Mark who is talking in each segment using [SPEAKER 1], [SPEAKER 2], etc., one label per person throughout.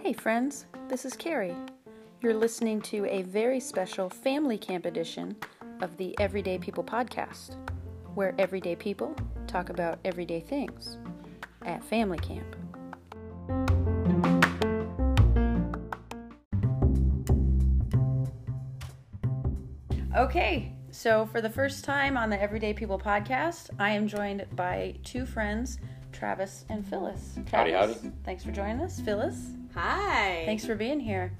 [SPEAKER 1] Hey, friends, this is Carrie. You're listening to a very special family camp edition of the Everyday People podcast, where everyday people talk about everyday things at family camp. Okay, so for the first time on the Everyday People podcast, I am joined by two friends, Travis and Phyllis.
[SPEAKER 2] Howdy,
[SPEAKER 1] Travis,
[SPEAKER 2] howdy.
[SPEAKER 1] Thanks for joining us, Phyllis.
[SPEAKER 3] Hi.
[SPEAKER 1] Thanks for being here.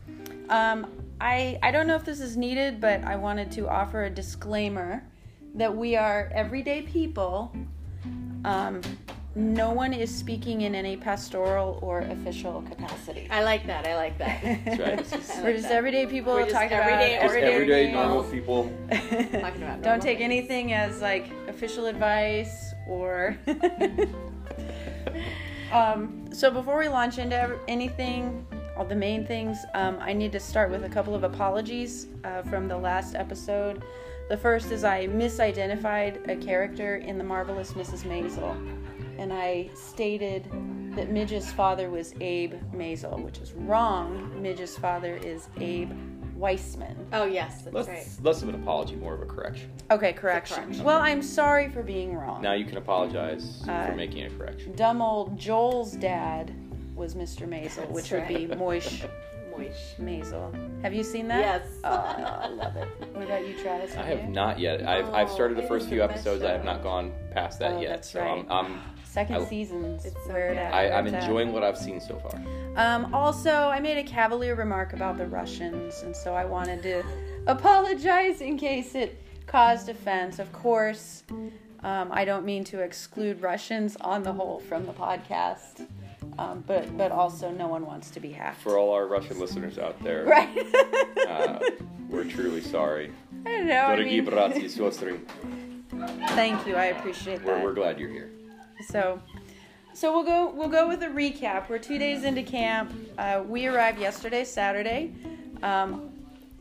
[SPEAKER 1] Um, I I don't know if this is needed, but I wanted to offer a disclaimer that we are everyday people. Um, no one is speaking in any pastoral or official capacity.
[SPEAKER 3] I like that. I like that.
[SPEAKER 2] That's right. It's just,
[SPEAKER 1] We're just everyday people
[SPEAKER 3] We're just
[SPEAKER 1] talking
[SPEAKER 3] everyday,
[SPEAKER 1] about
[SPEAKER 2] just
[SPEAKER 3] Ordinary
[SPEAKER 2] everyday
[SPEAKER 3] people.
[SPEAKER 2] normal people.
[SPEAKER 3] Talking about
[SPEAKER 1] Don't
[SPEAKER 3] normal
[SPEAKER 1] take
[SPEAKER 3] things.
[SPEAKER 1] anything as like official advice or. um, so before we launch into ev- anything, all the main things, um, I need to start with a couple of apologies uh, from the last episode. The first is I misidentified a character in The Marvelous Mrs. Maisel, and I stated that Midge's father was Abe Maisel, which is wrong. Midge's father is Abe Weissman.
[SPEAKER 3] Oh yes, that's
[SPEAKER 2] Less,
[SPEAKER 3] right.
[SPEAKER 2] less of an apology, more of a correction.
[SPEAKER 1] Okay, correction.
[SPEAKER 3] correction.
[SPEAKER 1] Well, I'm sorry for being wrong.
[SPEAKER 2] Now you can apologize
[SPEAKER 1] Uh,
[SPEAKER 2] for making a correction.
[SPEAKER 1] Dumb old Joel's dad was Mr. Maisel, which would be Moish
[SPEAKER 3] Moish.
[SPEAKER 1] Maisel. Have you seen that?
[SPEAKER 3] Yes.
[SPEAKER 1] Oh, I love it. What about you, Travis?
[SPEAKER 2] I have not yet. I've, I've started the
[SPEAKER 3] it
[SPEAKER 2] first
[SPEAKER 3] is
[SPEAKER 2] few
[SPEAKER 3] the best
[SPEAKER 2] episodes. I have
[SPEAKER 3] show.
[SPEAKER 2] not gone past that
[SPEAKER 1] Oh,
[SPEAKER 2] yet.
[SPEAKER 1] that's
[SPEAKER 2] so
[SPEAKER 1] right.
[SPEAKER 2] I'm, I'm,
[SPEAKER 1] Second
[SPEAKER 2] I-
[SPEAKER 1] season's
[SPEAKER 3] It's so
[SPEAKER 1] where it
[SPEAKER 3] good.
[SPEAKER 1] at,
[SPEAKER 2] I,
[SPEAKER 1] where
[SPEAKER 2] I'm
[SPEAKER 1] it's at.
[SPEAKER 2] enjoying what I've seen so far.
[SPEAKER 1] Um, also, I made a cavalier remark about the Russians, and so I wanted to apologize in case it caused offense. Of course, um, I don't mean to exclude Russians on the whole from the podcast, um, but but also no one wants to be hacked.
[SPEAKER 2] For all our Russian listeners out there,
[SPEAKER 1] right?
[SPEAKER 2] uh, we're truly sorry.
[SPEAKER 1] I don't know. I
[SPEAKER 2] Дорогие
[SPEAKER 1] mean,
[SPEAKER 2] братья и сестры,
[SPEAKER 1] thank you. I appreciate
[SPEAKER 2] we're,
[SPEAKER 1] that.
[SPEAKER 2] we're glad you're here.
[SPEAKER 1] So, so we'll go. We'll go with a recap. We're two days into camp. Uh, we arrived yesterday, Saturday. Um,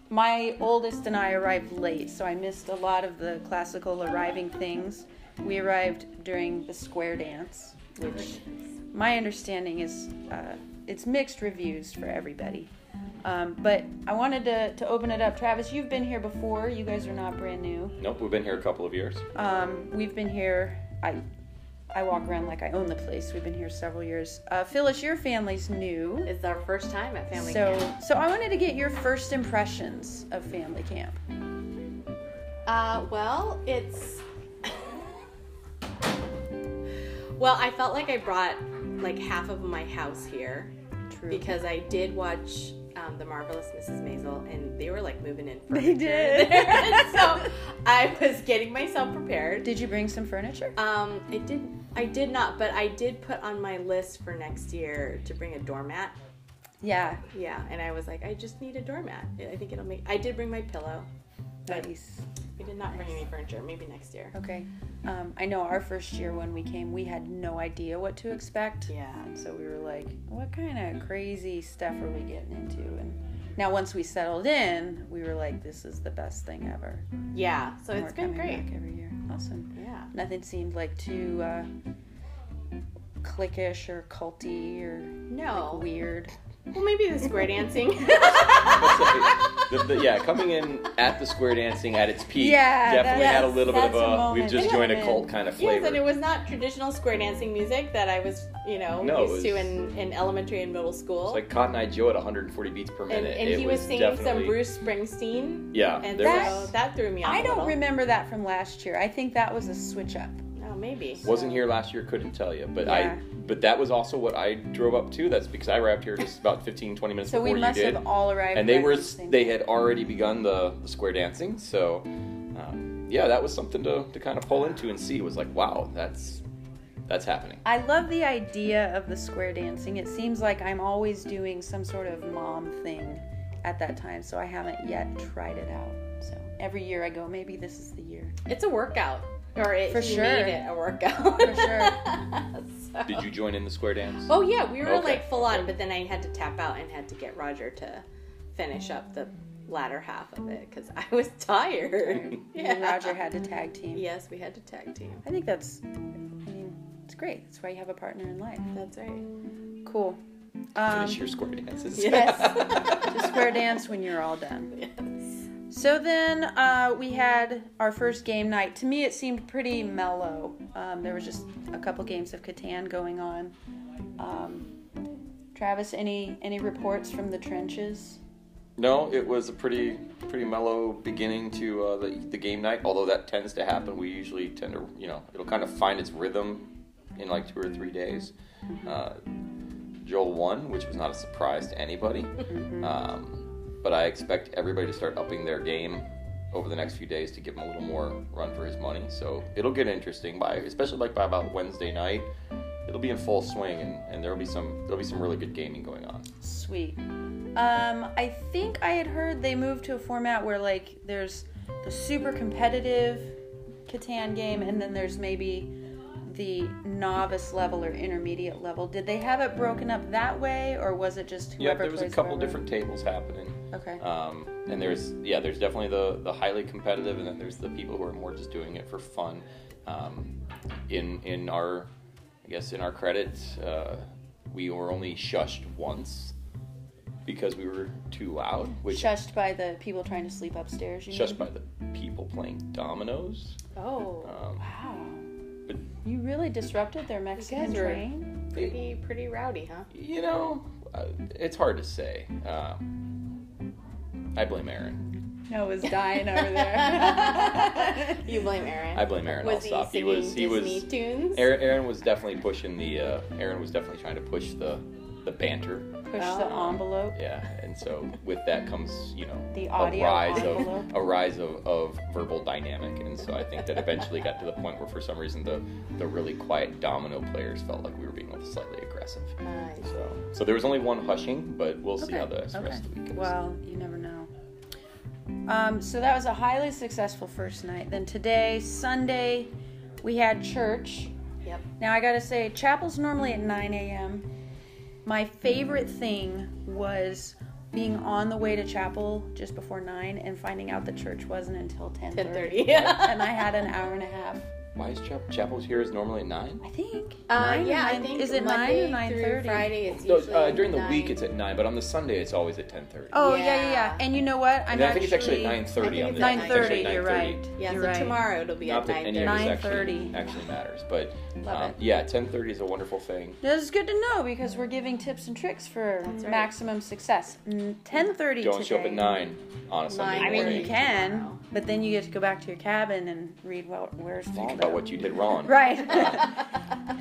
[SPEAKER 1] my oldest and I arrived late, so I missed a lot of the classical arriving things. We arrived during the square dance, which my understanding is uh, it's mixed reviews for everybody. Um, but I wanted to, to open it up. Travis, you've been here before. You guys are not brand new.
[SPEAKER 2] Nope, we've been here a couple of years.
[SPEAKER 1] Um, we've been here. I I walk around like I own the place. We've been here several years. Uh, Phyllis, your family's new,
[SPEAKER 3] It's our first time at family
[SPEAKER 1] so
[SPEAKER 3] camp.
[SPEAKER 1] so I wanted to get your first impressions of family camp.
[SPEAKER 3] Uh, well, it's. well, I felt like I brought like half of my house here
[SPEAKER 1] True.
[SPEAKER 3] because I did watch um, the marvelous Mrs. Maisel, and they were like moving in.
[SPEAKER 1] They
[SPEAKER 3] furniture
[SPEAKER 1] did.
[SPEAKER 3] there. And so I was getting myself prepared.
[SPEAKER 1] Did you bring some furniture?
[SPEAKER 3] Um, I did. I did not, but I did put on my list for next year to bring a doormat.
[SPEAKER 1] Yeah.
[SPEAKER 3] Yeah, and I was like, I just need a doormat. I think it'll make. I did bring my pillow. But
[SPEAKER 1] Nice.
[SPEAKER 3] we did not bring any furniture. Maybe next year.
[SPEAKER 1] Okay. Um, I know our first year when we came, we had no idea what to expect.
[SPEAKER 3] Yeah.
[SPEAKER 1] And so we were like, what kind of crazy stuff are we getting into? And now once we settled in, we were like, this is the best thing ever.
[SPEAKER 3] Yeah. So
[SPEAKER 1] And
[SPEAKER 3] it's
[SPEAKER 1] we're
[SPEAKER 3] been
[SPEAKER 1] coming
[SPEAKER 3] great.
[SPEAKER 1] Back every year. Awesome.
[SPEAKER 3] Yeah.
[SPEAKER 1] Nothing seemed like too uh, cliquish or culty or
[SPEAKER 3] No.
[SPEAKER 1] weird.
[SPEAKER 3] Well, maybe the square dancing.
[SPEAKER 2] That's like- the- the- yeah, coming in at the square dancing at its peak
[SPEAKER 1] Yeah,
[SPEAKER 2] definitely
[SPEAKER 1] that's-
[SPEAKER 2] had a little bit of
[SPEAKER 1] that's a
[SPEAKER 2] a, we've
[SPEAKER 1] moment.
[SPEAKER 2] just
[SPEAKER 1] They
[SPEAKER 2] joined a
[SPEAKER 1] haven't-
[SPEAKER 2] cult kind of
[SPEAKER 3] yes,
[SPEAKER 2] flavor.
[SPEAKER 3] and it was not traditional square dancing music that I was, you know,
[SPEAKER 2] No, it
[SPEAKER 3] used to
[SPEAKER 2] was-
[SPEAKER 3] in, in elementary and middle school.
[SPEAKER 2] It's like Cotton Eye Joe at 140 beats per
[SPEAKER 3] and
[SPEAKER 2] minute.
[SPEAKER 3] and
[SPEAKER 2] It
[SPEAKER 3] he was, singing some
[SPEAKER 2] definitely-
[SPEAKER 3] Bruce Springsteen.
[SPEAKER 2] Yeah,
[SPEAKER 3] And
[SPEAKER 2] there
[SPEAKER 3] so
[SPEAKER 2] was,
[SPEAKER 3] that threw me off.
[SPEAKER 1] I
[SPEAKER 3] a
[SPEAKER 1] don't
[SPEAKER 3] little.
[SPEAKER 1] remember that from last year. I think that was a switch up.
[SPEAKER 3] Oh, maybe.
[SPEAKER 2] wasn't here last year. Couldn't tell you, but
[SPEAKER 1] Yeah.
[SPEAKER 2] I but that was also what I drove up to. That's because I arrived here just about 15, 20 minutes
[SPEAKER 1] So we
[SPEAKER 2] before
[SPEAKER 1] must
[SPEAKER 2] you did,
[SPEAKER 1] have all arrived.
[SPEAKER 2] and they
[SPEAKER 1] right
[SPEAKER 2] were
[SPEAKER 1] at the same
[SPEAKER 2] they
[SPEAKER 1] time.
[SPEAKER 2] had already begun the, the square dancing. So um, yeah, that was something to to kind of pull into and see. It was like wow, that's that's happening.
[SPEAKER 1] I love the idea of the square dancing. It seems like I'm always doing some sort of mom thing at that time, so I haven't yet tried it out. So every year I go, maybe this is the year.
[SPEAKER 3] It's a workout, or it,
[SPEAKER 1] For
[SPEAKER 3] he
[SPEAKER 1] sure.
[SPEAKER 3] made it a workout.
[SPEAKER 1] For sure.
[SPEAKER 3] So-
[SPEAKER 2] Did you join in the square dance?
[SPEAKER 3] Oh yeah, we were
[SPEAKER 2] Okay.
[SPEAKER 3] like full on, but then I had to tap out and had to get Roger to finish up the latter half of it because I was tired.
[SPEAKER 1] And Roger had to tag team.
[SPEAKER 3] Yes, we had to tag team.
[SPEAKER 1] I think that's It's great. That's why you have a partner in life.
[SPEAKER 3] That's right.
[SPEAKER 1] Cool.
[SPEAKER 2] Finish
[SPEAKER 1] Um,
[SPEAKER 2] your square dances.
[SPEAKER 1] yes. Just square dance when you're all done.
[SPEAKER 3] Yes.
[SPEAKER 1] So then uh, we had our first game night. To me, it seemed pretty mellow. Um, there was just a couple games of Catan going on. Um, Travis, any any reports from the trenches?
[SPEAKER 2] No, it was a pretty pretty mellow beginning to uh, the the game night. Although that tends to happen, we usually tend to you know it'll kind of find its rhythm in like two or three days. Uh, Joel won, which was not a surprise to anybody, um, but I expect everybody to start upping their game over the next few days to give him a little more run for his money. So it'll get interesting by especially like by about Wednesday night. It'll be in full swing, and, and there'll be some there'll be some really good gaming going on.
[SPEAKER 1] Sweet. Um, I think I had heard they moved to a format where like there's the super competitive Catan game, and then there's maybe the novice level or intermediate level. Did they have it broken up that way, or was it just
[SPEAKER 2] Yeah,
[SPEAKER 1] whoever
[SPEAKER 2] there was a
[SPEAKER 1] plays
[SPEAKER 2] couple
[SPEAKER 1] whoever?
[SPEAKER 2] different tables happening.
[SPEAKER 1] Okay.
[SPEAKER 2] Um, and there's yeah, there's definitely the the highly competitive, and then there's the people who are more just doing it for fun. Um, in in our, I guess in our credit, uh, we were only shushed once because we were too loud, which
[SPEAKER 1] Shushed by the people trying to sleep upstairs. You
[SPEAKER 2] shushed
[SPEAKER 1] mean?
[SPEAKER 2] by the people playing dominoes.
[SPEAKER 3] Oh,
[SPEAKER 2] Um,
[SPEAKER 1] Wow.
[SPEAKER 2] But-
[SPEAKER 1] You really disrupted their Mexican
[SPEAKER 3] guys were-
[SPEAKER 1] train.
[SPEAKER 2] they-
[SPEAKER 3] pretty pretty rowdy, huh?
[SPEAKER 2] you know, uh, it's hard to say. Uh, I blame Aaron.
[SPEAKER 1] No, it was dying over there.
[SPEAKER 3] You blame Aaron.
[SPEAKER 2] I blame Aaron
[SPEAKER 3] Was
[SPEAKER 2] Alsop.
[SPEAKER 3] he
[SPEAKER 2] He was he
[SPEAKER 3] singing Disney
[SPEAKER 2] was
[SPEAKER 3] tunes?
[SPEAKER 2] Aaron, Aaron was definitely pushing the. Uh, Aaron was definitely trying to push the the banter.
[SPEAKER 1] Push the envelope.
[SPEAKER 2] Yeah, and so with that comes you know
[SPEAKER 1] The audio
[SPEAKER 2] a rise
[SPEAKER 1] envelope.
[SPEAKER 2] of a rise of, of verbal dynamic, and so I think that eventually got to the point where for some reason the the really quiet domino players felt like we were being slightly aggressive.
[SPEAKER 3] Nice.
[SPEAKER 2] So so there was only one hushing, but we'll see
[SPEAKER 1] Okay,
[SPEAKER 2] how the rest
[SPEAKER 1] okay.
[SPEAKER 2] of the week goes.
[SPEAKER 1] Well, you never know. Um, so that was a highly successful first night. Then today, Sunday, we had church.
[SPEAKER 3] Yep.
[SPEAKER 1] Now I gotta say, chapel's normally at 9 a.m. My favorite thing was being on the way to chapel just before 9 and finding out the church wasn't until 10:30.
[SPEAKER 3] 10:30. Yeah.
[SPEAKER 1] and I had an hour and a half.
[SPEAKER 2] Why is Chap- Chapel's here is normally at nine?
[SPEAKER 1] I think.
[SPEAKER 3] Uh,
[SPEAKER 1] Nine or
[SPEAKER 3] yeah, I
[SPEAKER 1] nine-
[SPEAKER 3] think
[SPEAKER 1] Is it
[SPEAKER 3] Monday
[SPEAKER 1] 9 or
[SPEAKER 3] through
[SPEAKER 1] 9:30?
[SPEAKER 3] Friday, it's
[SPEAKER 2] No,
[SPEAKER 3] usually
[SPEAKER 2] uh, during the week
[SPEAKER 3] 9.
[SPEAKER 2] it's at nine, but on the Sunday it's always at ten thirty.
[SPEAKER 1] Oh yeah. yeah, yeah,
[SPEAKER 3] Yeah.
[SPEAKER 1] And you know what? I'm
[SPEAKER 2] and I think it's actually at nine thirty
[SPEAKER 3] I
[SPEAKER 2] on
[SPEAKER 3] think
[SPEAKER 2] the
[SPEAKER 3] it's at
[SPEAKER 2] it's actually
[SPEAKER 1] 9:30, You're
[SPEAKER 2] 9:30.
[SPEAKER 1] right.
[SPEAKER 3] Yeah,
[SPEAKER 1] You're
[SPEAKER 3] so
[SPEAKER 1] right.
[SPEAKER 3] tomorrow it'll be
[SPEAKER 2] Not
[SPEAKER 3] at
[SPEAKER 2] that
[SPEAKER 3] nine
[SPEAKER 2] any of
[SPEAKER 3] thirty.
[SPEAKER 2] this
[SPEAKER 1] 9:30.
[SPEAKER 2] actually, actually matters, but um,
[SPEAKER 1] Love it.
[SPEAKER 2] yeah, ten thirty is a wonderful thing.
[SPEAKER 1] This is good to know because we're giving tips and tricks for
[SPEAKER 3] right.
[SPEAKER 1] maximum success. Ten thirty.
[SPEAKER 2] Don't show up at nine on a Sunday
[SPEAKER 3] Nine.
[SPEAKER 1] I mean,
[SPEAKER 2] morning.
[SPEAKER 1] you can, but then you get to go back to your cabin and read well, where's
[SPEAKER 2] Think
[SPEAKER 1] Waldo.
[SPEAKER 2] about what you did wrong,
[SPEAKER 1] right.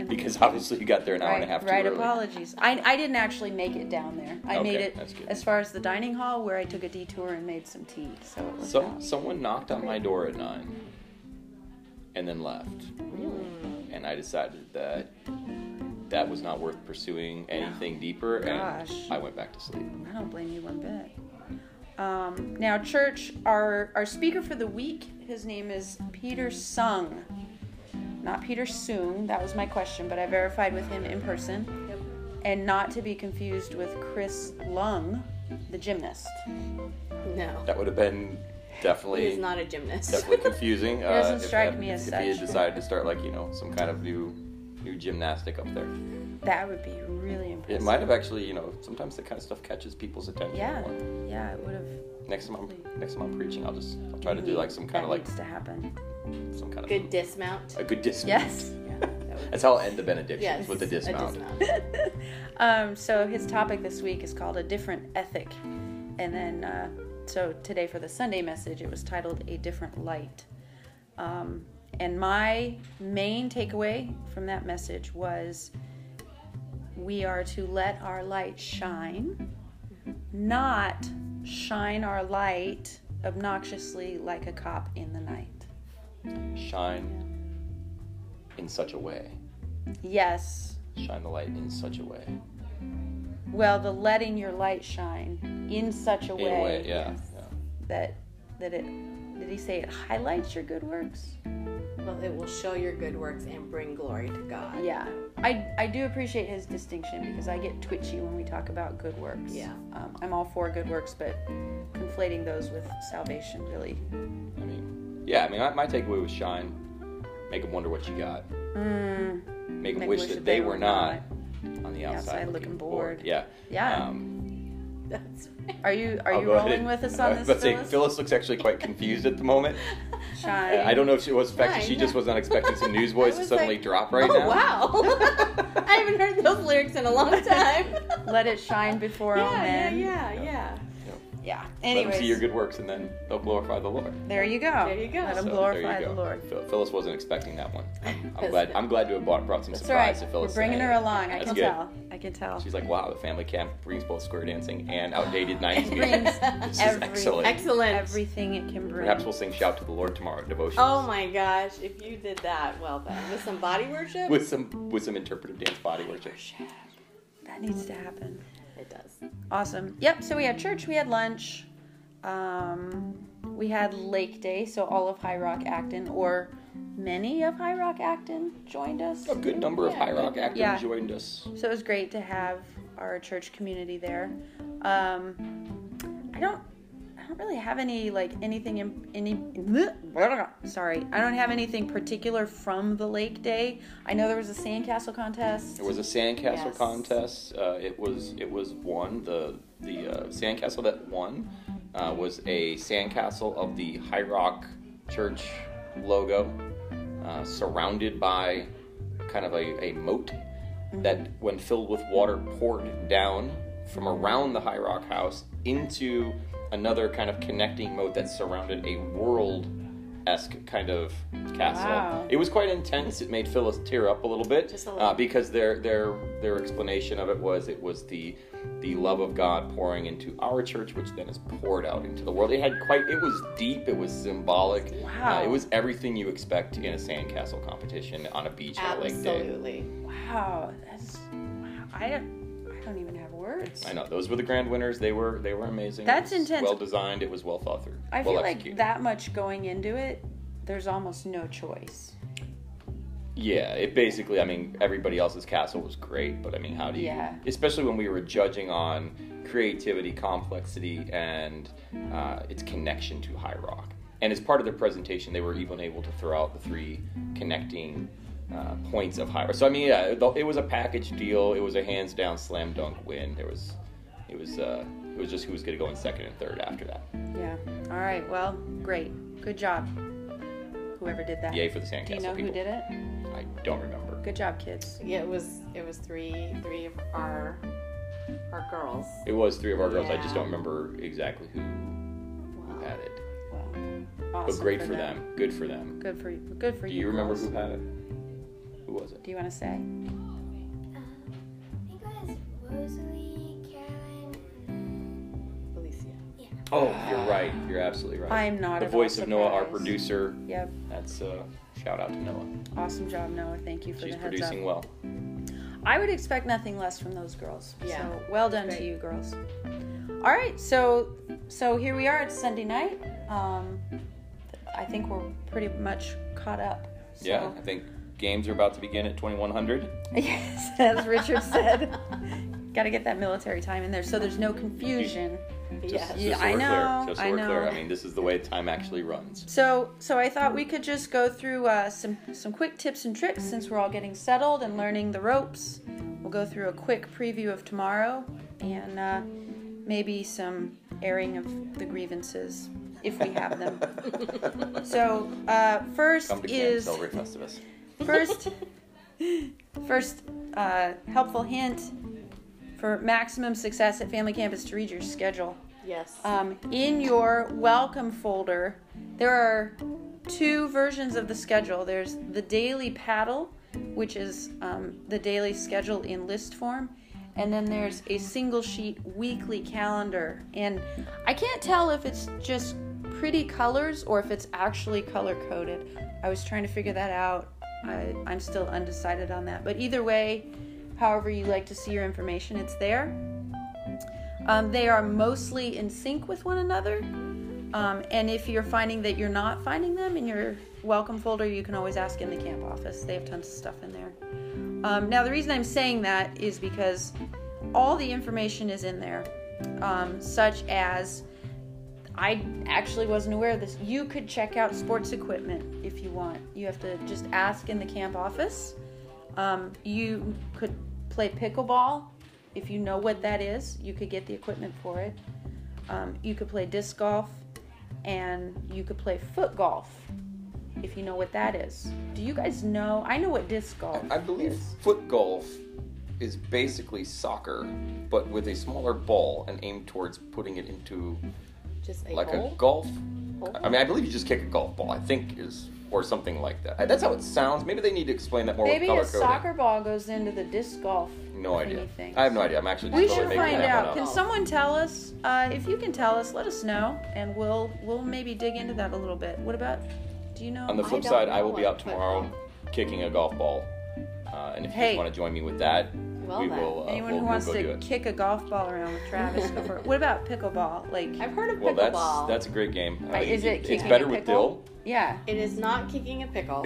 [SPEAKER 2] Because obviously you got there an hour and a
[SPEAKER 1] right.
[SPEAKER 2] half too
[SPEAKER 1] right.
[SPEAKER 2] early.
[SPEAKER 1] Apologies. I, I didn't actually make it down there. I
[SPEAKER 2] Okay,
[SPEAKER 1] made it
[SPEAKER 2] that's good.
[SPEAKER 1] as far as the dining hall where I took a detour and made some tea. So it was
[SPEAKER 2] So someone knocked on my door at nine, and then left,
[SPEAKER 1] really
[SPEAKER 2] and I decided that that was not worth pursuing anything deeper, and
[SPEAKER 1] Oh, Gosh.
[SPEAKER 2] I went back to sleep.
[SPEAKER 1] I don't blame you one bit. Um, now, church, our our speaker for the week, his name is Peter Sung, not Peter Soong. That was my question, but I verified with him in person, and not to be confused with Chris Lung, the gymnast.
[SPEAKER 3] No,
[SPEAKER 2] That would have been
[SPEAKER 3] he's
[SPEAKER 2] definitely
[SPEAKER 3] not a gymnast.
[SPEAKER 2] definitely confusing. It
[SPEAKER 1] doesn't
[SPEAKER 2] uh, if
[SPEAKER 1] strike
[SPEAKER 2] that-
[SPEAKER 1] me as
[SPEAKER 2] if he had
[SPEAKER 1] such.
[SPEAKER 2] decided to start like you know some kind of new new gymnastic up there.
[SPEAKER 1] That would be really impressive.
[SPEAKER 2] It might have actually, you know, sometimes that kind of stuff catches people's attention.
[SPEAKER 1] Yeah, yeah, it would have.
[SPEAKER 2] Next time I'm next time I'm preaching, I'll just I'll try to do like some kind of like
[SPEAKER 1] needs to happen.
[SPEAKER 2] some kind of
[SPEAKER 3] Good dismount.
[SPEAKER 2] a good dismount.
[SPEAKER 1] Yes.
[SPEAKER 2] That's how I'll end the benedictions
[SPEAKER 3] Yes,
[SPEAKER 2] with a dismount.
[SPEAKER 1] Um, so his topic this week is called a different ethic, and then uh, so today for the Sunday message it was titled a different light. Um, and my main takeaway from that message was we are to let our light shine, not shine our light obnoxiously like a cop in the night.
[SPEAKER 2] Shine in such a way.
[SPEAKER 1] Yes.
[SPEAKER 2] Shine the light in such a way.
[SPEAKER 1] Well, the letting your light shine in such a
[SPEAKER 2] In a way, yeah.
[SPEAKER 1] that that it did he say it highlights your good works
[SPEAKER 3] Well, it will show your good works and bring glory to God.
[SPEAKER 1] yeah i i do appreciate his distinction because i get twitchy when we talk about good works
[SPEAKER 3] Yeah.
[SPEAKER 1] um, i'm all for good works but conflating those with salvation really Mm,
[SPEAKER 2] yeah. I mean, yeah. I mean, my, my takeaway was shine. Make them wonder what you got. make them wish, that they were not on the outside,
[SPEAKER 1] outside looking bored.
[SPEAKER 2] Yeah.
[SPEAKER 1] Yeah.
[SPEAKER 2] Um,
[SPEAKER 3] That's
[SPEAKER 1] Are you are
[SPEAKER 2] I'll
[SPEAKER 1] you
[SPEAKER 2] go ahead
[SPEAKER 1] rolling
[SPEAKER 2] and-
[SPEAKER 1] with us on
[SPEAKER 2] I was
[SPEAKER 1] this,
[SPEAKER 2] about to say,
[SPEAKER 1] Phyllis?
[SPEAKER 2] Phyllis looks actually quite confused at the moment.
[SPEAKER 1] Shine.
[SPEAKER 2] I don't know if she was affected.
[SPEAKER 3] Fine,
[SPEAKER 2] She just
[SPEAKER 3] yeah.
[SPEAKER 2] was not expecting some news
[SPEAKER 3] I
[SPEAKER 2] voice to
[SPEAKER 3] was
[SPEAKER 2] suddenly
[SPEAKER 3] like,
[SPEAKER 2] drop right
[SPEAKER 3] oh
[SPEAKER 2] now.
[SPEAKER 3] wow! I haven't heard those lyrics in a long time.
[SPEAKER 1] Let it shine before all
[SPEAKER 3] yeah, yeah,
[SPEAKER 1] men.
[SPEAKER 3] yeah,
[SPEAKER 2] Yeah.
[SPEAKER 3] yeah.
[SPEAKER 1] Yeah.
[SPEAKER 2] Let them see your
[SPEAKER 1] Anyways,
[SPEAKER 2] good works, and then they'll glorify the Lord.
[SPEAKER 1] there you go.
[SPEAKER 3] There you go.
[SPEAKER 1] Let
[SPEAKER 2] So,
[SPEAKER 1] them
[SPEAKER 2] there
[SPEAKER 1] glorify
[SPEAKER 2] you
[SPEAKER 1] the
[SPEAKER 2] go.
[SPEAKER 1] Lord.
[SPEAKER 2] Phil- Phyllis wasn't expecting that one. I'm, I'm
[SPEAKER 3] That's
[SPEAKER 2] glad.
[SPEAKER 3] good.
[SPEAKER 2] I'm glad to have brought, brought some
[SPEAKER 1] That's all
[SPEAKER 2] surprise
[SPEAKER 1] right.
[SPEAKER 2] to
[SPEAKER 1] We're
[SPEAKER 2] Phyllis.
[SPEAKER 1] bringing
[SPEAKER 2] today.
[SPEAKER 1] her along. I
[SPEAKER 2] That's
[SPEAKER 1] can
[SPEAKER 2] good.
[SPEAKER 1] tell. I can tell.
[SPEAKER 2] She's like, wow, the family camp brings both square dancing and outdated 90s
[SPEAKER 1] It
[SPEAKER 2] music.
[SPEAKER 1] brings
[SPEAKER 2] This is
[SPEAKER 1] every-
[SPEAKER 2] excellent.
[SPEAKER 3] Excellent.
[SPEAKER 1] everything it can bring.
[SPEAKER 2] Perhaps we'll sing Shout to the Lord tomorrow devotion.
[SPEAKER 3] Oh my gosh! If you did that, well then, with some body worship,
[SPEAKER 2] With some with some interpretive dance body worship.
[SPEAKER 1] That needs to happen.
[SPEAKER 3] it does.
[SPEAKER 1] Awesome. Yep. So we had church. We had lunch. Um, we had Lake Day. So all of High Rock Acton, or many of High Rock Acton, joined us.
[SPEAKER 2] A good number of
[SPEAKER 3] Yeah.
[SPEAKER 2] high rock actors
[SPEAKER 1] Yeah.
[SPEAKER 2] joined us.
[SPEAKER 1] So it was great to have our church community there. Um, I don't, I don't really have any like anything in any. Sorry, I don't have anything particular from the lake day. I know there was a sandcastle contest.
[SPEAKER 2] There was a sandcastle
[SPEAKER 3] Yes.
[SPEAKER 2] contest. Uh, it was it was won. The the uh, sandcastle that won uh, was a sandcastle of the High Rock Church logo, uh, surrounded by kind of a, a moat that, when filled with water, poured down from around the High Rock House into another kind of connecting moat that surrounded a world esque kind of castle.
[SPEAKER 1] Wow.
[SPEAKER 2] It was quite intense. It made Phyllis tear up a little bit
[SPEAKER 3] Just a little.
[SPEAKER 2] uh, because their their their explanation of it was it was the the love of God pouring into our church, which then is poured out into the world. It had quite. It was deep. It was symbolic. Uh,
[SPEAKER 1] Wow.
[SPEAKER 2] it was everything you expect in a sandcastle competition on a beach on a lake day.
[SPEAKER 3] Absolutely.
[SPEAKER 1] Wow, that's wow. I don't, I don't even have words.
[SPEAKER 2] I know those were the grand winners. They were they were amazing. It
[SPEAKER 1] That's
[SPEAKER 2] was
[SPEAKER 1] intense.
[SPEAKER 2] Well designed. It was well thought through.
[SPEAKER 1] I
[SPEAKER 2] well
[SPEAKER 1] feel like
[SPEAKER 2] executed.
[SPEAKER 1] that much going into it, there's almost no choice.
[SPEAKER 2] Yeah, it basically. I mean, everybody else's castle was great, but I mean, how do you?
[SPEAKER 1] Yeah.
[SPEAKER 2] Especially when we were judging on creativity, complexity, and uh, its connection to High Rock. And as part of their presentation, they were even able to throw out the three connecting uh, points of High Rock. So I mean, yeah, it it was a package deal. It was a hands down slam dunk win. There was, it was, uh, it was just who was going to go in second and third after that.
[SPEAKER 1] Yeah. All right. Well, great. Good job. Whoever did that.
[SPEAKER 2] Yay for the
[SPEAKER 1] Do
[SPEAKER 2] sandcastle
[SPEAKER 1] you know
[SPEAKER 2] people.
[SPEAKER 1] who did it?
[SPEAKER 2] I don't remember.
[SPEAKER 1] Good job, kids.
[SPEAKER 3] Yeah, it was. It was three. Three of our our girls.
[SPEAKER 2] It was three of our girls. I just
[SPEAKER 3] Yeah.
[SPEAKER 2] don't remember exactly who
[SPEAKER 3] Wow.
[SPEAKER 2] had it.
[SPEAKER 1] Wow.
[SPEAKER 2] But
[SPEAKER 1] Awesome
[SPEAKER 2] great for them. Good for them.
[SPEAKER 1] Good for you. Good for
[SPEAKER 2] Do
[SPEAKER 1] you.
[SPEAKER 2] you remember
[SPEAKER 1] girls.
[SPEAKER 2] who had it? Who was it?
[SPEAKER 1] Do you want to say?
[SPEAKER 4] Um, I think it was Rosalie, Caroline, and
[SPEAKER 3] Alicia.
[SPEAKER 2] Oh, you're right. You're absolutely right.
[SPEAKER 1] I'm not
[SPEAKER 2] the
[SPEAKER 1] at all
[SPEAKER 2] voice of Noah, our
[SPEAKER 1] surprised.
[SPEAKER 2] producer.
[SPEAKER 1] Yep.
[SPEAKER 2] That's uh, shout out to Noah.
[SPEAKER 1] Awesome job, Noah. Thank you for
[SPEAKER 2] She's
[SPEAKER 1] the heads
[SPEAKER 2] producing
[SPEAKER 1] up.
[SPEAKER 2] well.
[SPEAKER 1] I would expect nothing less from those girls.
[SPEAKER 3] Yeah.
[SPEAKER 1] So well done to
[SPEAKER 3] Great.
[SPEAKER 1] you, girls. All right. So so here we are. It's Sunday night. Um, I think we're pretty much caught up. So.
[SPEAKER 2] Yeah, I think games are about to begin at 2100.
[SPEAKER 1] Yes, as Richard said. Got to get that military time in there so there's no confusion.
[SPEAKER 2] Just,
[SPEAKER 3] Yes.
[SPEAKER 1] Yeah,
[SPEAKER 2] just so
[SPEAKER 1] I
[SPEAKER 2] we're
[SPEAKER 1] know,
[SPEAKER 2] clear. Just so
[SPEAKER 1] I
[SPEAKER 2] we're clear.
[SPEAKER 1] know.
[SPEAKER 2] I mean, this is the way time actually runs.
[SPEAKER 1] So, so I thought we could just go through uh, some some quick tips and tricks since we're all getting settled and learning the ropes. We'll go through a quick preview of tomorrow and uh, maybe some airing of the grievances if we have them. so, uh, first
[SPEAKER 2] Come to camp,
[SPEAKER 1] is
[SPEAKER 2] celebrate Festivus.
[SPEAKER 1] First, first uh, helpful hint for maximum success at family camp is to read your schedule.
[SPEAKER 3] Yes.
[SPEAKER 1] Um, in your welcome folder, there are two versions of the schedule. There's the daily paddle, which is um, the daily schedule in list form, and then there's a single sheet weekly calendar. And I can't tell if it's just pretty colors or if it's actually color coded. I was trying to figure that out. I, I'm still undecided on that. But either way, however you like to see your information, it's there. Um, they are mostly in sync with one another. Um, and if you're finding that you're not finding them in your welcome folder, you can always ask in the camp office. They have tons of stuff in there. Um, now, the reason I'm saying that is because all the information is in there, um, such as I actually wasn't aware of this. You could check out sports equipment if you want. You have to just ask in the camp office. Um, you could play pickleball if you know what that is. You could get the equipment for it. Um, you could play disc golf, and you could play foot golf if you know what that is. Do you guys know? I know what disc golf.
[SPEAKER 2] I believe
[SPEAKER 1] is.
[SPEAKER 2] foot golf is basically soccer, but with a smaller ball and aimed towards putting it into
[SPEAKER 3] Just a
[SPEAKER 2] like
[SPEAKER 3] hole.
[SPEAKER 2] a golf.
[SPEAKER 3] Hole?
[SPEAKER 2] I mean, I believe you just kick a golf ball. I think is or something like that. That's how it sounds. Maybe they need to explain that more
[SPEAKER 1] Maybe a
[SPEAKER 2] with color coding.
[SPEAKER 1] soccer ball goes into the disc golf.
[SPEAKER 2] No
[SPEAKER 1] thingy
[SPEAKER 2] idea.
[SPEAKER 1] things.
[SPEAKER 2] I have no idea. I'm actually just
[SPEAKER 1] We
[SPEAKER 2] totally
[SPEAKER 1] should
[SPEAKER 2] making
[SPEAKER 1] find
[SPEAKER 2] that
[SPEAKER 1] out.
[SPEAKER 2] one
[SPEAKER 1] Can
[SPEAKER 2] up.
[SPEAKER 1] someone tell us? Uh, if you can tell us, let us know, and we'll we'll maybe dig into that a little bit. What about? Do you know?
[SPEAKER 2] On the
[SPEAKER 3] I
[SPEAKER 2] flip
[SPEAKER 3] don't
[SPEAKER 2] side, I
[SPEAKER 3] know
[SPEAKER 2] will be
[SPEAKER 3] what
[SPEAKER 2] out tomorrow kicking a golf ball. Uh, and if you
[SPEAKER 1] Hey.
[SPEAKER 2] guys want to join me with that,
[SPEAKER 3] Well
[SPEAKER 2] we
[SPEAKER 3] then,
[SPEAKER 2] will. Uh,
[SPEAKER 1] Anyone
[SPEAKER 2] we'll,
[SPEAKER 1] who wants
[SPEAKER 2] we'll go
[SPEAKER 1] to
[SPEAKER 2] do it.
[SPEAKER 1] kick a golf ball around with Travis, go for it. What about pickleball? Like,
[SPEAKER 3] I've heard of
[SPEAKER 2] Well, that's
[SPEAKER 3] pickleball.
[SPEAKER 2] that's a great game. I
[SPEAKER 1] Uh,
[SPEAKER 2] think
[SPEAKER 1] is it
[SPEAKER 2] It's
[SPEAKER 1] kicking
[SPEAKER 2] better
[SPEAKER 1] a
[SPEAKER 2] with
[SPEAKER 1] pickle?
[SPEAKER 2] dill.
[SPEAKER 1] yeah.
[SPEAKER 3] It is not kicking a pickle.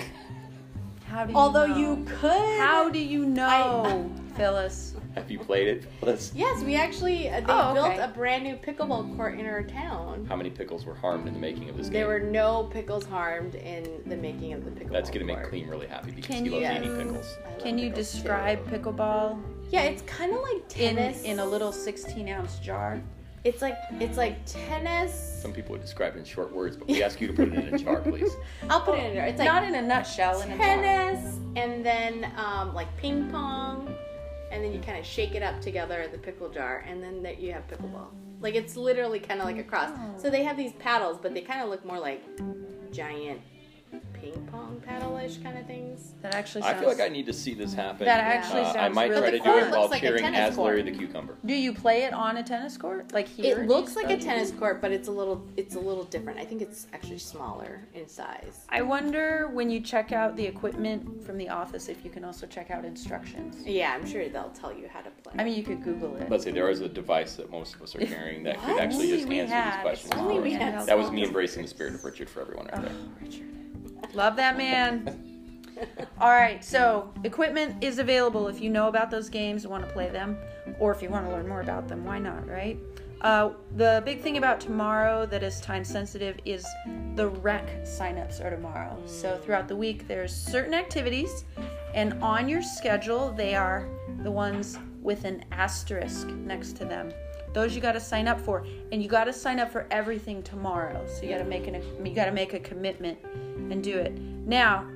[SPEAKER 1] How do you
[SPEAKER 3] Although
[SPEAKER 1] know?
[SPEAKER 3] you could.
[SPEAKER 1] How do you know, Phyllis?
[SPEAKER 2] Have you played it? Let's-
[SPEAKER 3] Yes, we actually uh, they
[SPEAKER 1] Oh,
[SPEAKER 3] built
[SPEAKER 1] okay.
[SPEAKER 3] a brand new pickleball court in our town.
[SPEAKER 2] How many pickles were harmed in the making of this game?
[SPEAKER 3] There were no pickles harmed in the making of the pickleball.
[SPEAKER 2] That's gonna make
[SPEAKER 3] court.
[SPEAKER 2] Clean really happy because
[SPEAKER 1] Can
[SPEAKER 2] he
[SPEAKER 1] you-
[SPEAKER 2] loves
[SPEAKER 1] Yes.
[SPEAKER 2] eating pickles.
[SPEAKER 3] I love
[SPEAKER 1] Can you
[SPEAKER 3] pickles, too.
[SPEAKER 1] describe pickleball
[SPEAKER 3] Yeah, it's kind of like
[SPEAKER 1] in
[SPEAKER 3] tennis
[SPEAKER 1] in a little 16 ounce jar?
[SPEAKER 3] It's like it's like tennis.
[SPEAKER 2] Some people would describe it in short words, but we ask you to put it in a jar, please.
[SPEAKER 3] I'll put it in there. It's like
[SPEAKER 1] Not in a nutshell, in a jar.
[SPEAKER 3] tennis, and then um, like ping pong, and then you kind of shake it up together in the pickle jar, and then that you have pickleball. Like it's literally kind of like a cross. So they have these paddles, but they kind of look more like giant ping pong paddle-ish kind of things.
[SPEAKER 1] That actually
[SPEAKER 2] I
[SPEAKER 1] sounds.
[SPEAKER 2] feel like I need to see this happen.
[SPEAKER 1] That actually
[SPEAKER 2] uh, I
[SPEAKER 1] sounds
[SPEAKER 2] might
[SPEAKER 1] really
[SPEAKER 2] try to
[SPEAKER 1] fun.
[SPEAKER 2] do
[SPEAKER 1] It
[SPEAKER 2] it while
[SPEAKER 3] looks like a
[SPEAKER 2] cheering
[SPEAKER 3] tennis
[SPEAKER 2] as Larry
[SPEAKER 3] court.
[SPEAKER 2] the Cucumber.
[SPEAKER 1] Do you play it on a tennis court? Like here?
[SPEAKER 3] It looks like a
[SPEAKER 1] tennis.
[SPEAKER 3] tennis court, but it's a little it's a little different. I think it's actually smaller in size.
[SPEAKER 1] I wonder when you check out the equipment from the office if you can also check out instructions.
[SPEAKER 3] Yeah, I'm sure they'll tell you how to play.
[SPEAKER 1] I mean, you could Google it.
[SPEAKER 2] Let's say there is a device that most of us are carrying that could
[SPEAKER 3] What?
[SPEAKER 2] actually just
[SPEAKER 1] We
[SPEAKER 2] answer
[SPEAKER 1] had
[SPEAKER 2] these questions.
[SPEAKER 1] small
[SPEAKER 3] Only we
[SPEAKER 1] handheld
[SPEAKER 3] had
[SPEAKER 2] That was
[SPEAKER 1] phones.
[SPEAKER 2] me embracing the spirit of Richard for everyone right there.
[SPEAKER 1] Love that man. All right, so equipment is available if you know about those games and want to play them, or if you want to learn more about them, why not, right? Uh, the big thing about tomorrow that is time sensitive is the rec signups are tomorrow. So throughout the week, there's certain activities, and on your schedule, they are the ones with an asterisk next to them. Those you got to sign up for, and you got to sign up for everything tomorrow. So you got to make an you got to make a commitment and do it. Now,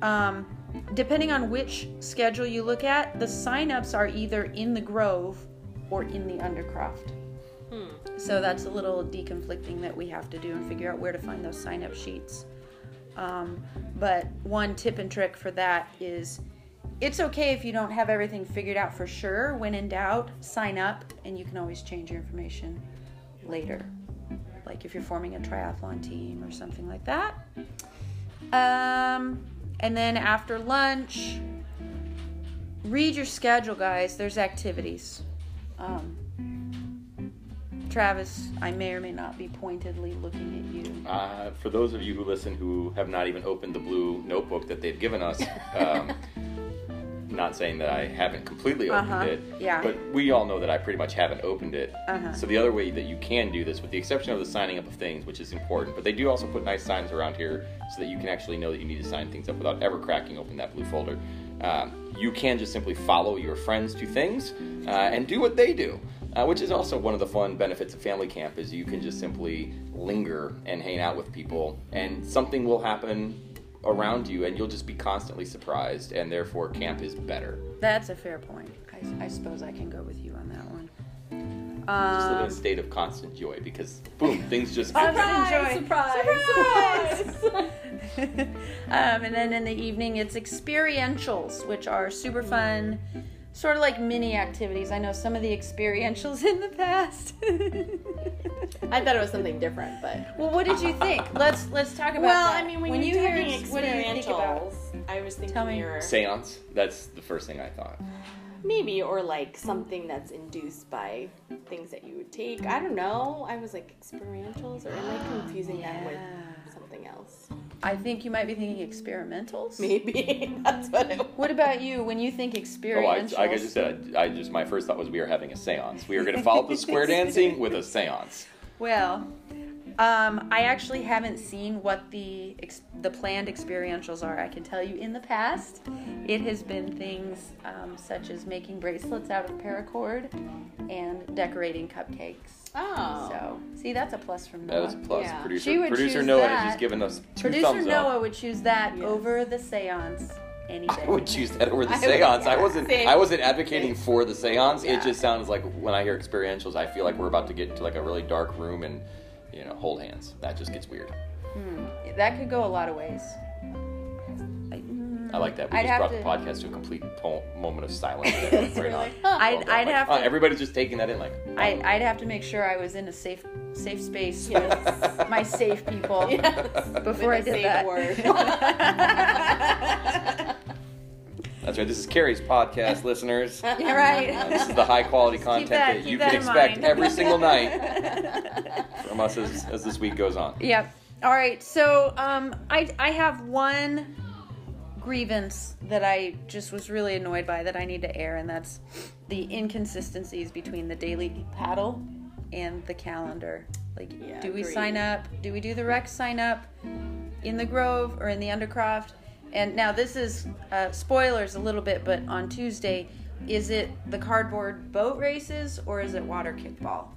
[SPEAKER 1] um, depending on which schedule you look at, the signups are either in the Grove or in the Undercroft. So that's a little deconflicting that we have to do and figure out where to find those sign up sheets. Um, but one tip and trick for that is it's okay if you don't have everything figured out for sure. When in doubt, sign up and you can always change your information later. Like if you're forming a triathlon team or something like that. Um, and then after lunch, read your schedule, guys. There's activities. Um, Travis, I may or may not be pointedly looking at you.
[SPEAKER 2] Uh, for those of you who listen who have not even opened the blue notebook that they've given us, um, not saying that I haven't completely opened
[SPEAKER 1] Uh-huh,
[SPEAKER 2] it,
[SPEAKER 1] yeah.
[SPEAKER 2] but we all know that I pretty much haven't opened it.
[SPEAKER 1] Uh-huh.
[SPEAKER 2] So the other way that you can do this, with the exception of the signing up of things, which is important, but they do also put nice signs around here so that you can actually know that you need to sign things up without ever cracking open that blue folder. Um, you can just simply follow your friends to things uh, and do what they do. Uh, which is also one of the fun benefits of family camp is you can just simply linger and hang out with people and something will happen around you and you'll just be constantly surprised and therefore camp is better
[SPEAKER 1] That's a fair point. I, I suppose I can go with you on that one.
[SPEAKER 2] just live in
[SPEAKER 1] Um,
[SPEAKER 2] a state of constant joy because boom things just
[SPEAKER 1] Surprise,
[SPEAKER 3] surprise,
[SPEAKER 1] surprise. um, and then in the evening, it's experientials, which are super fun, sort of like mini activities. I know some of the experientials in the past.
[SPEAKER 3] I thought it was something different, but
[SPEAKER 1] well, what did you think? Let's let's talk about.
[SPEAKER 3] Well,
[SPEAKER 1] that.
[SPEAKER 3] I mean, when, you're
[SPEAKER 1] hear
[SPEAKER 3] talking
[SPEAKER 1] ex- what do you think about?
[SPEAKER 3] experientials, I was thinking
[SPEAKER 1] Tell me.
[SPEAKER 3] you're-
[SPEAKER 2] seance that's the first thing i thought
[SPEAKER 3] maybe or like something that's induced by things that you would take. I don't know. I was like experientials, or am I confusing that
[SPEAKER 1] Yeah.
[SPEAKER 3] with something else?
[SPEAKER 1] I think you might be thinking experimentals.
[SPEAKER 3] Maybe that's what it. Was.
[SPEAKER 1] What about you when you think
[SPEAKER 2] oh I,
[SPEAKER 1] experientials?
[SPEAKER 2] like i just said I, I just my first thought was we are having a seance we are going to follow up the square dancing with a seance
[SPEAKER 1] Well, Um, I actually haven't seen what the ex- the planned experientials are. I can tell you in the past, it has been things um, such as making bracelets out of paracord and decorating cupcakes.
[SPEAKER 3] Oh.
[SPEAKER 1] So, see, that's a plus from
[SPEAKER 2] That is
[SPEAKER 1] Noah.
[SPEAKER 2] a plus.
[SPEAKER 3] Yeah.
[SPEAKER 2] Producer,
[SPEAKER 1] She would
[SPEAKER 2] producer
[SPEAKER 1] choose
[SPEAKER 2] Noah
[SPEAKER 1] that.
[SPEAKER 2] has just given us two
[SPEAKER 1] Producer
[SPEAKER 2] thumbs
[SPEAKER 1] Noah
[SPEAKER 2] up.
[SPEAKER 1] would choose that
[SPEAKER 3] Yes.
[SPEAKER 1] over the seance any day.
[SPEAKER 2] I would choose that over the
[SPEAKER 3] I would-
[SPEAKER 2] seance. I wasn't.
[SPEAKER 3] Same.
[SPEAKER 2] I wasn't advocating for the seance.
[SPEAKER 1] Yeah.
[SPEAKER 2] It just sounds like when I hear experientials, I feel like we're about to get into like a really dark room and you know hold hands. That just gets weird.
[SPEAKER 1] Hmm. That could go a lot of ways. I,
[SPEAKER 2] I like that. We
[SPEAKER 1] I'd
[SPEAKER 2] just
[SPEAKER 1] have
[SPEAKER 2] brought
[SPEAKER 1] to-
[SPEAKER 2] the podcast to a complete po- moment of silence.
[SPEAKER 3] We're
[SPEAKER 2] Right on.
[SPEAKER 3] like, huh.
[SPEAKER 1] I'd,
[SPEAKER 2] Well done.
[SPEAKER 1] I'd
[SPEAKER 2] Like,
[SPEAKER 1] have
[SPEAKER 2] huh,
[SPEAKER 1] to.
[SPEAKER 2] everybody's Uh, just taking that in, like.
[SPEAKER 1] I, I'd have to make sure I was in a safe safe space
[SPEAKER 3] Yes.
[SPEAKER 1] with my safe people
[SPEAKER 3] Yes.
[SPEAKER 1] before I
[SPEAKER 3] With the
[SPEAKER 1] did
[SPEAKER 3] same
[SPEAKER 1] that.
[SPEAKER 3] word.
[SPEAKER 2] That's right. This is Carrie's podcast, listeners. Uh,
[SPEAKER 1] Yeah, right.
[SPEAKER 2] this is the high quality content
[SPEAKER 1] that-
[SPEAKER 2] that,
[SPEAKER 1] keep
[SPEAKER 2] you
[SPEAKER 1] that
[SPEAKER 2] can
[SPEAKER 1] in
[SPEAKER 2] expect
[SPEAKER 1] mind.
[SPEAKER 2] every single night from us as, as this week goes on.
[SPEAKER 1] yep. All right. So um, I I have one grievance that I just was really annoyed by that I need to air, and that's the inconsistencies between the daily paddle and the calendar. Like,
[SPEAKER 3] Yeah,
[SPEAKER 1] do we
[SPEAKER 3] agreed.
[SPEAKER 1] sign up? Do we do the rec sign up in the Grove or in the Undercroft? And now this is uh, spoilers a little bit, but on Tuesday, is it the cardboard boat races or is it water kickball?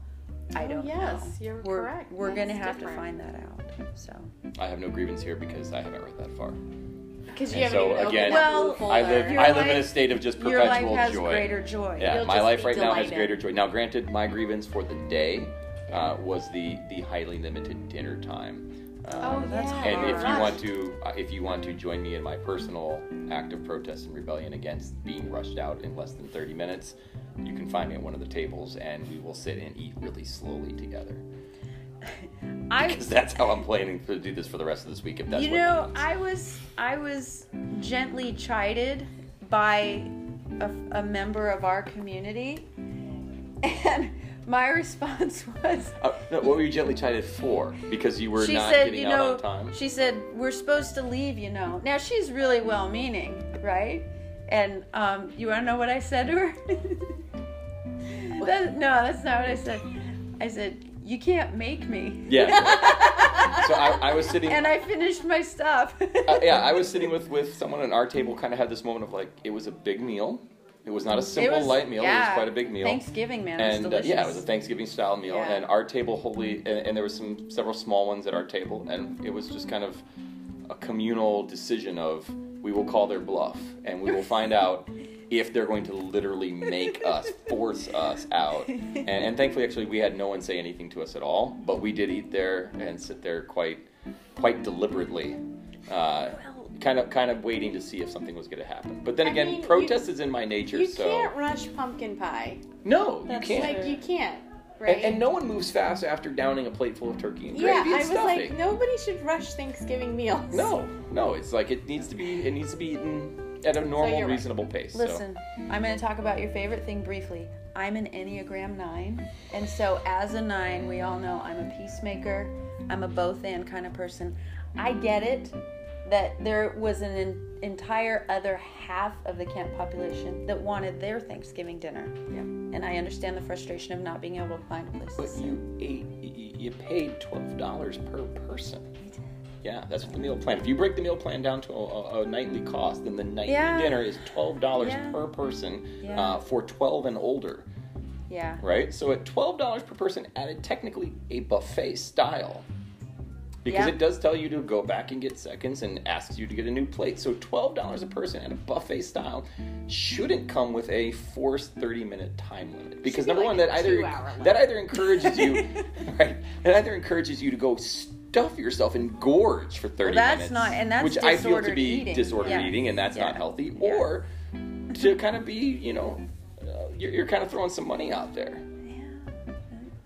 [SPEAKER 1] I don't know.
[SPEAKER 3] Oh, yes, you're
[SPEAKER 1] we're,
[SPEAKER 3] correct.
[SPEAKER 1] We're
[SPEAKER 3] That's
[SPEAKER 1] gonna have
[SPEAKER 3] different.
[SPEAKER 1] to find that out. So
[SPEAKER 2] I have no grievance here because I haven't read that far.
[SPEAKER 3] Because you
[SPEAKER 2] And
[SPEAKER 3] haven't
[SPEAKER 2] so,
[SPEAKER 3] even
[SPEAKER 2] again,
[SPEAKER 3] opened up
[SPEAKER 1] Well,
[SPEAKER 3] the folder.
[SPEAKER 2] I live.
[SPEAKER 1] Your
[SPEAKER 2] I live in a
[SPEAKER 1] life-
[SPEAKER 2] state of just
[SPEAKER 1] your life
[SPEAKER 2] perpetual
[SPEAKER 1] has
[SPEAKER 2] joy.
[SPEAKER 1] greater joy.
[SPEAKER 2] Yeah,
[SPEAKER 3] You'll
[SPEAKER 2] my
[SPEAKER 3] just
[SPEAKER 2] life
[SPEAKER 3] be
[SPEAKER 2] right now has
[SPEAKER 3] delighted.
[SPEAKER 2] greater joy. Now, granted, my grievance for the day uh, was the the highly limited dinner time. Uh,
[SPEAKER 3] Oh,
[SPEAKER 1] That's
[SPEAKER 3] yeah.
[SPEAKER 2] and if you
[SPEAKER 1] Alright.
[SPEAKER 2] want to, uh, if you want to join me in my personal act of protest and rebellion against being rushed out in less than 30 minutes, you can find me at one of the tables, and we will sit and eat really slowly together.
[SPEAKER 1] I,
[SPEAKER 2] Because that's how I'm planning to do this for the rest of this week. If that's
[SPEAKER 1] you
[SPEAKER 2] what
[SPEAKER 1] know, I was I was gently chided by a, a member of our community, and my response was.
[SPEAKER 2] Uh, no, what were you gently chided for? Because you were
[SPEAKER 1] she
[SPEAKER 2] not
[SPEAKER 1] said,
[SPEAKER 2] getting
[SPEAKER 1] you
[SPEAKER 2] out
[SPEAKER 1] know,
[SPEAKER 2] on time.
[SPEAKER 1] she said, we're supposed to leave, you know. Now she's really well meaning, right? And um, you want to know what I said to her? That- no, that's not what I said. I said, you can't make me.
[SPEAKER 2] Yeah. so I, I was sitting.
[SPEAKER 1] And I finished my stuff.
[SPEAKER 2] uh, yeah, I was sitting with with someone, and our table kind of had this moment of like, it was a big meal. It was not a
[SPEAKER 1] It
[SPEAKER 2] simple
[SPEAKER 1] was-
[SPEAKER 2] light meal. It
[SPEAKER 1] yeah,
[SPEAKER 2] was quite a big meal.
[SPEAKER 1] Thanksgiving, man. it was
[SPEAKER 2] and uh,
[SPEAKER 1] delicious.
[SPEAKER 2] yeah, it was a Thanksgiving style meal,
[SPEAKER 1] Yeah.
[SPEAKER 2] and our table wholly, and, and there was some several small ones at our table, and it was just kind of a communal decision of we will call their bluff, and we will find out if they're going to literally make us force us out. And, and thankfully, actually, we had no one say anything to us at all, but we did eat there and sit there quite, quite deliberately. Uh, Kind of, kind of waiting to see if something was going to happen. But then
[SPEAKER 3] I
[SPEAKER 2] again,
[SPEAKER 3] mean, you-
[SPEAKER 2] protest is in my nature,
[SPEAKER 3] You
[SPEAKER 2] so
[SPEAKER 3] can't rush pumpkin pie.
[SPEAKER 2] no, you
[SPEAKER 1] That's
[SPEAKER 2] can't.
[SPEAKER 1] Yeah.
[SPEAKER 3] Like you can't, right?
[SPEAKER 2] And, and no one moves fast after downing a plate full of turkey and
[SPEAKER 3] yeah,
[SPEAKER 2] gravy and
[SPEAKER 3] I was
[SPEAKER 2] stuffing.
[SPEAKER 3] like, nobody should rush Thanksgiving meals.
[SPEAKER 2] no, no, it's like it needs to be it needs to be eaten at a normal,
[SPEAKER 3] you're right.
[SPEAKER 2] reasonable pace.
[SPEAKER 1] Listen, I'm going to talk about your favorite thing briefly. I'm an Enneagram 9, and so as a 9, we all know I'm a peacemaker. I'm a both and kind of person. I get it that there was an en- entire other half of the camp population that wanted their Thanksgiving dinner.
[SPEAKER 2] So.
[SPEAKER 1] And I understand the frustration of not being able to find a place to
[SPEAKER 2] But
[SPEAKER 1] sit.
[SPEAKER 2] you ate you you paid twelve dollars per person. Yeah, that's what the meal plan. If you break the meal plan down to a, a, a nightly cost, then the nightly
[SPEAKER 1] Yeah.
[SPEAKER 2] dinner is twelve dollars
[SPEAKER 1] Yeah.
[SPEAKER 2] per person
[SPEAKER 1] Yeah.
[SPEAKER 2] uh, for twelve and older,
[SPEAKER 1] Yeah.
[SPEAKER 2] right? So at twelve dollars per person, added technically a buffet style. Because
[SPEAKER 1] Yeah.
[SPEAKER 2] it does tell you to go back and get seconds and asks you to get a new plate. So $12 a person at a buffet style shouldn't come with a forced 30 minute time limit. Because
[SPEAKER 3] be
[SPEAKER 2] number
[SPEAKER 3] like
[SPEAKER 2] one,
[SPEAKER 3] a
[SPEAKER 2] that either
[SPEAKER 3] two-hour limit.
[SPEAKER 2] that either encourages you right, that either encourages you to go stuff yourself and gorge for 30
[SPEAKER 1] Well, that's
[SPEAKER 2] minutes.
[SPEAKER 1] not- and that's
[SPEAKER 2] which I feel to
[SPEAKER 1] disordered
[SPEAKER 2] be
[SPEAKER 1] eating.
[SPEAKER 2] disordered
[SPEAKER 1] Yeah.
[SPEAKER 2] eating and that's not
[SPEAKER 1] Yeah.
[SPEAKER 2] healthy.
[SPEAKER 1] Yeah.
[SPEAKER 2] Or to kind of be, you know, uh, you're, you're kind of throwing some money out there.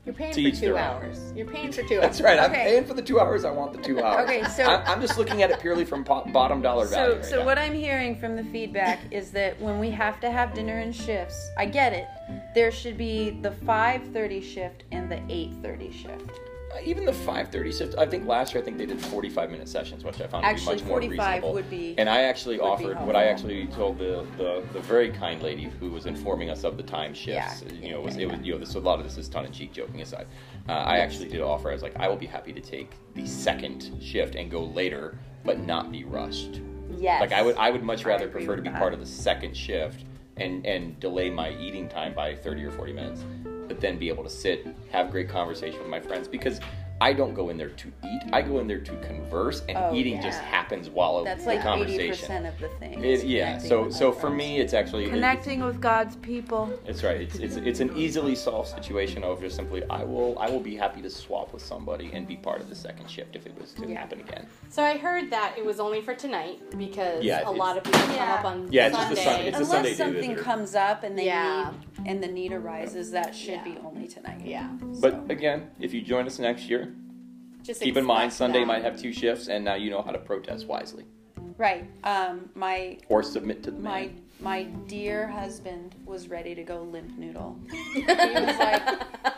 [SPEAKER 3] You're paying
[SPEAKER 2] To
[SPEAKER 3] for
[SPEAKER 2] each
[SPEAKER 3] two
[SPEAKER 2] their own.
[SPEAKER 3] hours. You're paying for two hours.
[SPEAKER 2] That's right. I'm
[SPEAKER 1] Okay.
[SPEAKER 2] paying for the two hours. I want the two hours.
[SPEAKER 1] Okay, so-
[SPEAKER 2] I'm, I'm just looking at it purely from po- bottom dollar value.
[SPEAKER 1] So,
[SPEAKER 2] right
[SPEAKER 1] so
[SPEAKER 2] now.
[SPEAKER 1] what I'm hearing from the feedback is that when we have to have dinner in shifts, I get it. There should be the 5:30 shift and the 8:30 shift.
[SPEAKER 2] Uh, even the 5:30 shift. I think last year I think they did 45 minute sessions, which I found
[SPEAKER 1] Actually,
[SPEAKER 2] to be much more
[SPEAKER 1] 45
[SPEAKER 2] reasonable.
[SPEAKER 1] would be-
[SPEAKER 2] and I actually
[SPEAKER 1] would be
[SPEAKER 2] offered what I
[SPEAKER 1] helpful.
[SPEAKER 2] actually told the, the the very kind lady who was informing us of the time shifts.
[SPEAKER 1] Yeah,
[SPEAKER 2] You know, was it was you know this a lot of this is ton of cheek joking aside. Uh, I actually did offer. I was like, I will be happy to take the second shift and go later, but not be rushed.
[SPEAKER 1] Yes.
[SPEAKER 2] Like I would, I would much
[SPEAKER 1] I
[SPEAKER 2] rather
[SPEAKER 1] agree
[SPEAKER 2] prefer to
[SPEAKER 1] with
[SPEAKER 2] be
[SPEAKER 1] that.
[SPEAKER 2] part of the second shift and and delay my eating time by thirty or forty minutes, but then be able to sit, have great conversation with my friends because I don't go in there to eat. I go in there to converse, and
[SPEAKER 1] Oh,
[SPEAKER 2] eating just
[SPEAKER 1] yeah.
[SPEAKER 2] happens while
[SPEAKER 1] That's
[SPEAKER 2] the
[SPEAKER 1] like eighty
[SPEAKER 2] conversation.
[SPEAKER 1] percent of the thing.
[SPEAKER 2] It- yeah.
[SPEAKER 1] Connecting
[SPEAKER 2] So
[SPEAKER 1] with
[SPEAKER 2] so
[SPEAKER 1] my
[SPEAKER 2] for
[SPEAKER 1] friends.
[SPEAKER 2] me, it's actually it-
[SPEAKER 1] connecting with God's people.
[SPEAKER 2] It's right. It's, it's it's an easily solved situation of just simply I will I will be happy to swap with somebody and be part of the second shift if it was to
[SPEAKER 1] Yeah.
[SPEAKER 2] happen again.
[SPEAKER 3] So I heard that it was only for tonight because
[SPEAKER 2] Yeah,
[SPEAKER 3] a
[SPEAKER 2] it's-
[SPEAKER 3] lot of people come
[SPEAKER 1] Yeah.
[SPEAKER 3] up on
[SPEAKER 2] Yeah, it's
[SPEAKER 3] Sunday.
[SPEAKER 2] just a Sunday. It's a Sunday
[SPEAKER 1] Unless
[SPEAKER 2] do that
[SPEAKER 1] something
[SPEAKER 2] they're-
[SPEAKER 1] comes up and they
[SPEAKER 3] Yeah.
[SPEAKER 1] need and the need arises, that should
[SPEAKER 3] Yeah.
[SPEAKER 1] be only tonight.
[SPEAKER 3] yeah.
[SPEAKER 2] But again, if you join us next year,
[SPEAKER 3] Just
[SPEAKER 2] Keep in mind,
[SPEAKER 3] expect
[SPEAKER 2] Sunday
[SPEAKER 3] that.
[SPEAKER 2] might have two shifts, and now you know how to protest wisely
[SPEAKER 1] Right. Um, my
[SPEAKER 2] or submit to the
[SPEAKER 1] my
[SPEAKER 2] man.
[SPEAKER 1] my dear husband was ready to go limp noodle. he was like,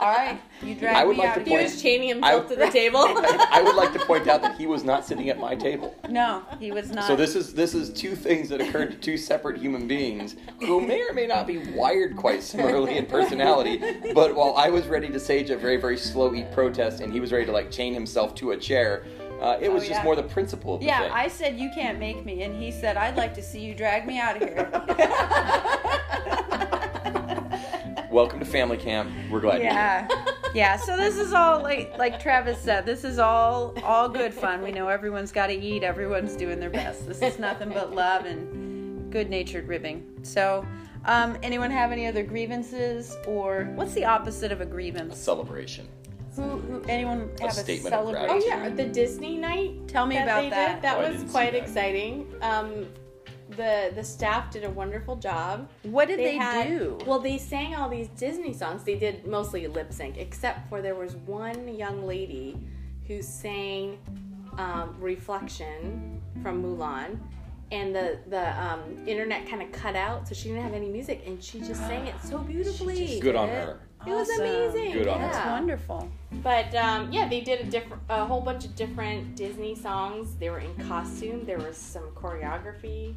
[SPEAKER 1] "All right, you drag
[SPEAKER 2] I would
[SPEAKER 1] me
[SPEAKER 2] like
[SPEAKER 1] out
[SPEAKER 2] to
[SPEAKER 1] of
[SPEAKER 3] He
[SPEAKER 1] here."
[SPEAKER 2] point-
[SPEAKER 3] was chaining himself
[SPEAKER 2] I-
[SPEAKER 3] to the table.
[SPEAKER 2] I would like to point out that he was not sitting at my table.
[SPEAKER 1] No, he was not.
[SPEAKER 2] So this is this is two things that occurred to two separate human beings who may or may not be wired quite similarly in personality. But while I was ready to sage a very very slow eat protest, and he was ready to like chain himself to a chair, uh, it was
[SPEAKER 1] Oh,
[SPEAKER 2] just
[SPEAKER 1] yeah.
[SPEAKER 2] more the principle of the
[SPEAKER 1] yeah,
[SPEAKER 2] thing.
[SPEAKER 1] I said you can't make me, and he said I'd like to see you drag me out of here.
[SPEAKER 2] Welcome to family camp. We're glad. you're here.
[SPEAKER 1] yeah yeah so this is all like like travis said this is all all good fun we know everyone's got to eat everyone's doing their best this is nothing but love and good natured ribbing so um, anyone have any other grievances or what's the opposite of a grievance
[SPEAKER 2] Celebration.
[SPEAKER 1] who, who anyone have a,
[SPEAKER 2] statement of
[SPEAKER 1] celebration
[SPEAKER 3] oh yeah, the Disney night.
[SPEAKER 1] tell me
[SPEAKER 3] that
[SPEAKER 1] about
[SPEAKER 3] they
[SPEAKER 1] Oh, that
[SPEAKER 3] Did. That
[SPEAKER 2] Oh, I
[SPEAKER 3] was
[SPEAKER 2] didn't see
[SPEAKER 3] quite
[SPEAKER 2] that.
[SPEAKER 3] exciting. Um, the the staff did a wonderful job.
[SPEAKER 1] what did they,
[SPEAKER 3] had-
[SPEAKER 1] do
[SPEAKER 3] Well, they sang all these Disney songs. They did mostly lip sync, except for there was one young lady who sang um, "Reflection" from Mulan, and the the um, internet kind of cut out, so she didn't have any music, and she just sang it so beautifully.
[SPEAKER 2] Good on her.
[SPEAKER 3] It was
[SPEAKER 1] Awesome.
[SPEAKER 3] amazing.
[SPEAKER 2] Good on her.
[SPEAKER 1] that's
[SPEAKER 3] yeah.
[SPEAKER 1] wonderful
[SPEAKER 3] But um, yeah, they did a different, a whole bunch of different Disney songs. They were in costume. There was some choreography.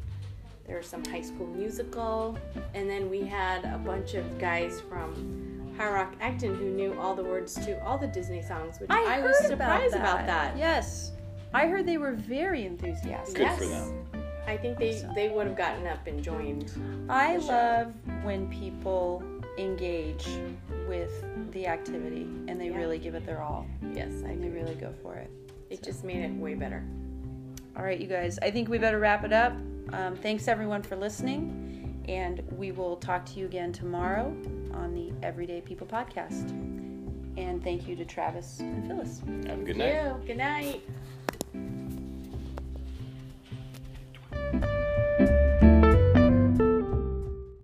[SPEAKER 3] There was some High School Musical, and then we had a bunch of guys from High Rock Acton who knew all the words to all the Disney songs, which I, was
[SPEAKER 1] heard
[SPEAKER 3] surprised about that.
[SPEAKER 1] yes i heard they were very enthusiastic
[SPEAKER 2] Good for
[SPEAKER 3] Yes.
[SPEAKER 2] them.
[SPEAKER 3] I think they
[SPEAKER 1] Awesome.
[SPEAKER 3] they would have gotten up and joined.
[SPEAKER 1] I
[SPEAKER 3] the show.
[SPEAKER 1] love when people engage with the activity and they
[SPEAKER 3] Yeah.
[SPEAKER 1] really give it their all
[SPEAKER 3] Yes, I
[SPEAKER 1] and they
[SPEAKER 3] agree.
[SPEAKER 1] really go for it.
[SPEAKER 3] It just made it way better.
[SPEAKER 1] All right, you guys, I think we better wrap it up. Um, thanks everyone for listening, and we will talk to you again tomorrow on the Everyday People podcast. And thank you to Travis and Phyllis.
[SPEAKER 2] Have a good night.
[SPEAKER 3] Ew, Good night.